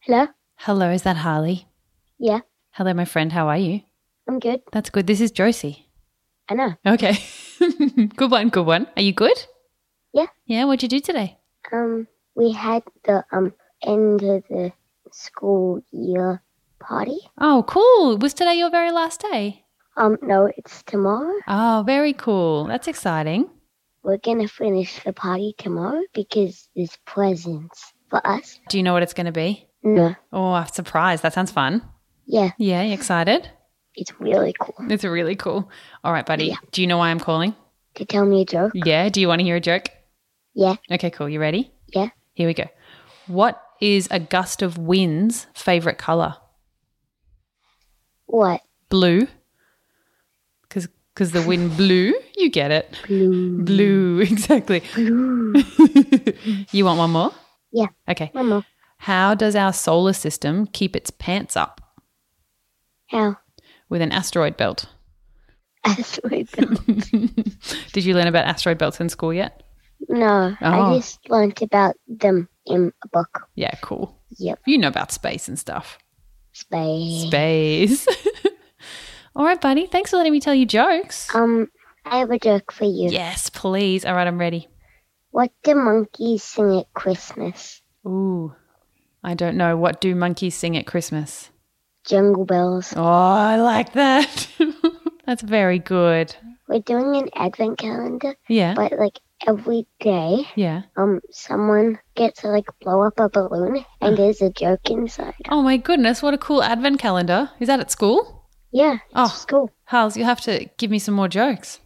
Hello? Hello, is that Harley? Yeah, Hello, my friend. How are you? I'm good. That's good. This is Josie. I know. Okay. good one, good one. Are you good? Yeah. Yeah, what'd you do today? Um, we had the um end of the school year party. Oh, cool. Was today your very last day? Um, no, it's tomorrow. Oh, very cool. That's exciting. We're gonna finish the party tomorrow because there's presents for us. Do you know what it's going to be? No, Oh, I'm surprised. That sounds fun. yeah, Yeah, you excited? it's really cool. It's really cool. All right, buddy. Yeah. Do you know why I'm calling? To tell me a joke. Yeah. Do you want to hear a joke? Yeah, Okay, cool. You ready? yeah. Here we go. What is a gust of wind's favorite color? What? Blue. Because because the wind blew. You get it. Blue. Blue. Exactly. Blue. you want one more? Yeah. Okay. Mama, How does our solar system keep its pants up how? with an asteroid belt? Asteroid belt. Did you learn about asteroid belts in school yet? No, I Oh. just learnt about them in a book. Yeah, cool. Yep. You know about space and stuff. Space. Space. All right, buddy. Thanks for letting me tell you jokes. Um, I have a joke for you. Yes, please. All right, I'm ready. What do monkeys sing at Christmas? Ooh. I don't know. What do monkeys sing at Christmas? Jungle bells. Oh, I like that. That's very good. We're doing an advent calendar, Yeah. but like every day, yeah. um, someone gets to like blow up a balloon Uh-huh. and there's a joke inside. Oh, my goodness. What a cool advent calendar. Is that at school? Yeah, it's Oh. cool. Hals, you'll have to give me some more jokes.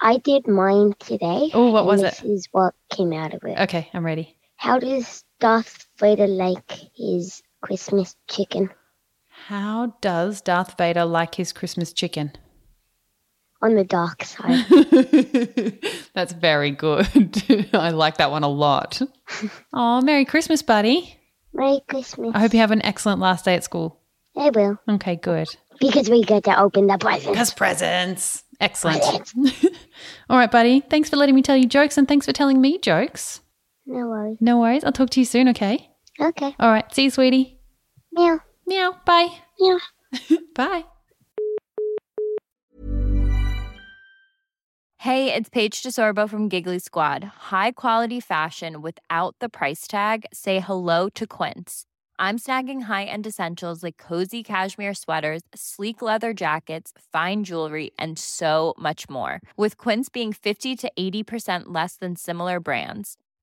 I did mine today. Oh, what and was this it? is what came out of it. Okay, I'm ready. How does Darth Vader like his Christmas chicken How does Darth Vader like his Christmas chicken? on the dark side? That's very good. I like that one a lot. Oh, Merry Christmas, buddy. Merry Christmas. I hope you have an excellent last day at school. I will Okay, good. because we get to open the presents. Because presents. Excellent. All right, buddy. Thanks for letting me tell you jokes and thanks for telling me jokes. No worries. No worries. I'll talk to you soon, okay? Okay. All right. See you, sweetie. Meow. Meow. Bye. Meow. Bye. Hey, it's Paige DeSorbo from Giggly Squad. High quality fashion without the price tag. Say hello to Quince. I'm snagging high-end essentials like cozy cashmere sweaters, sleek leather jackets, fine jewelry, and so much more. With Quince being 50 to 80% less than similar brands.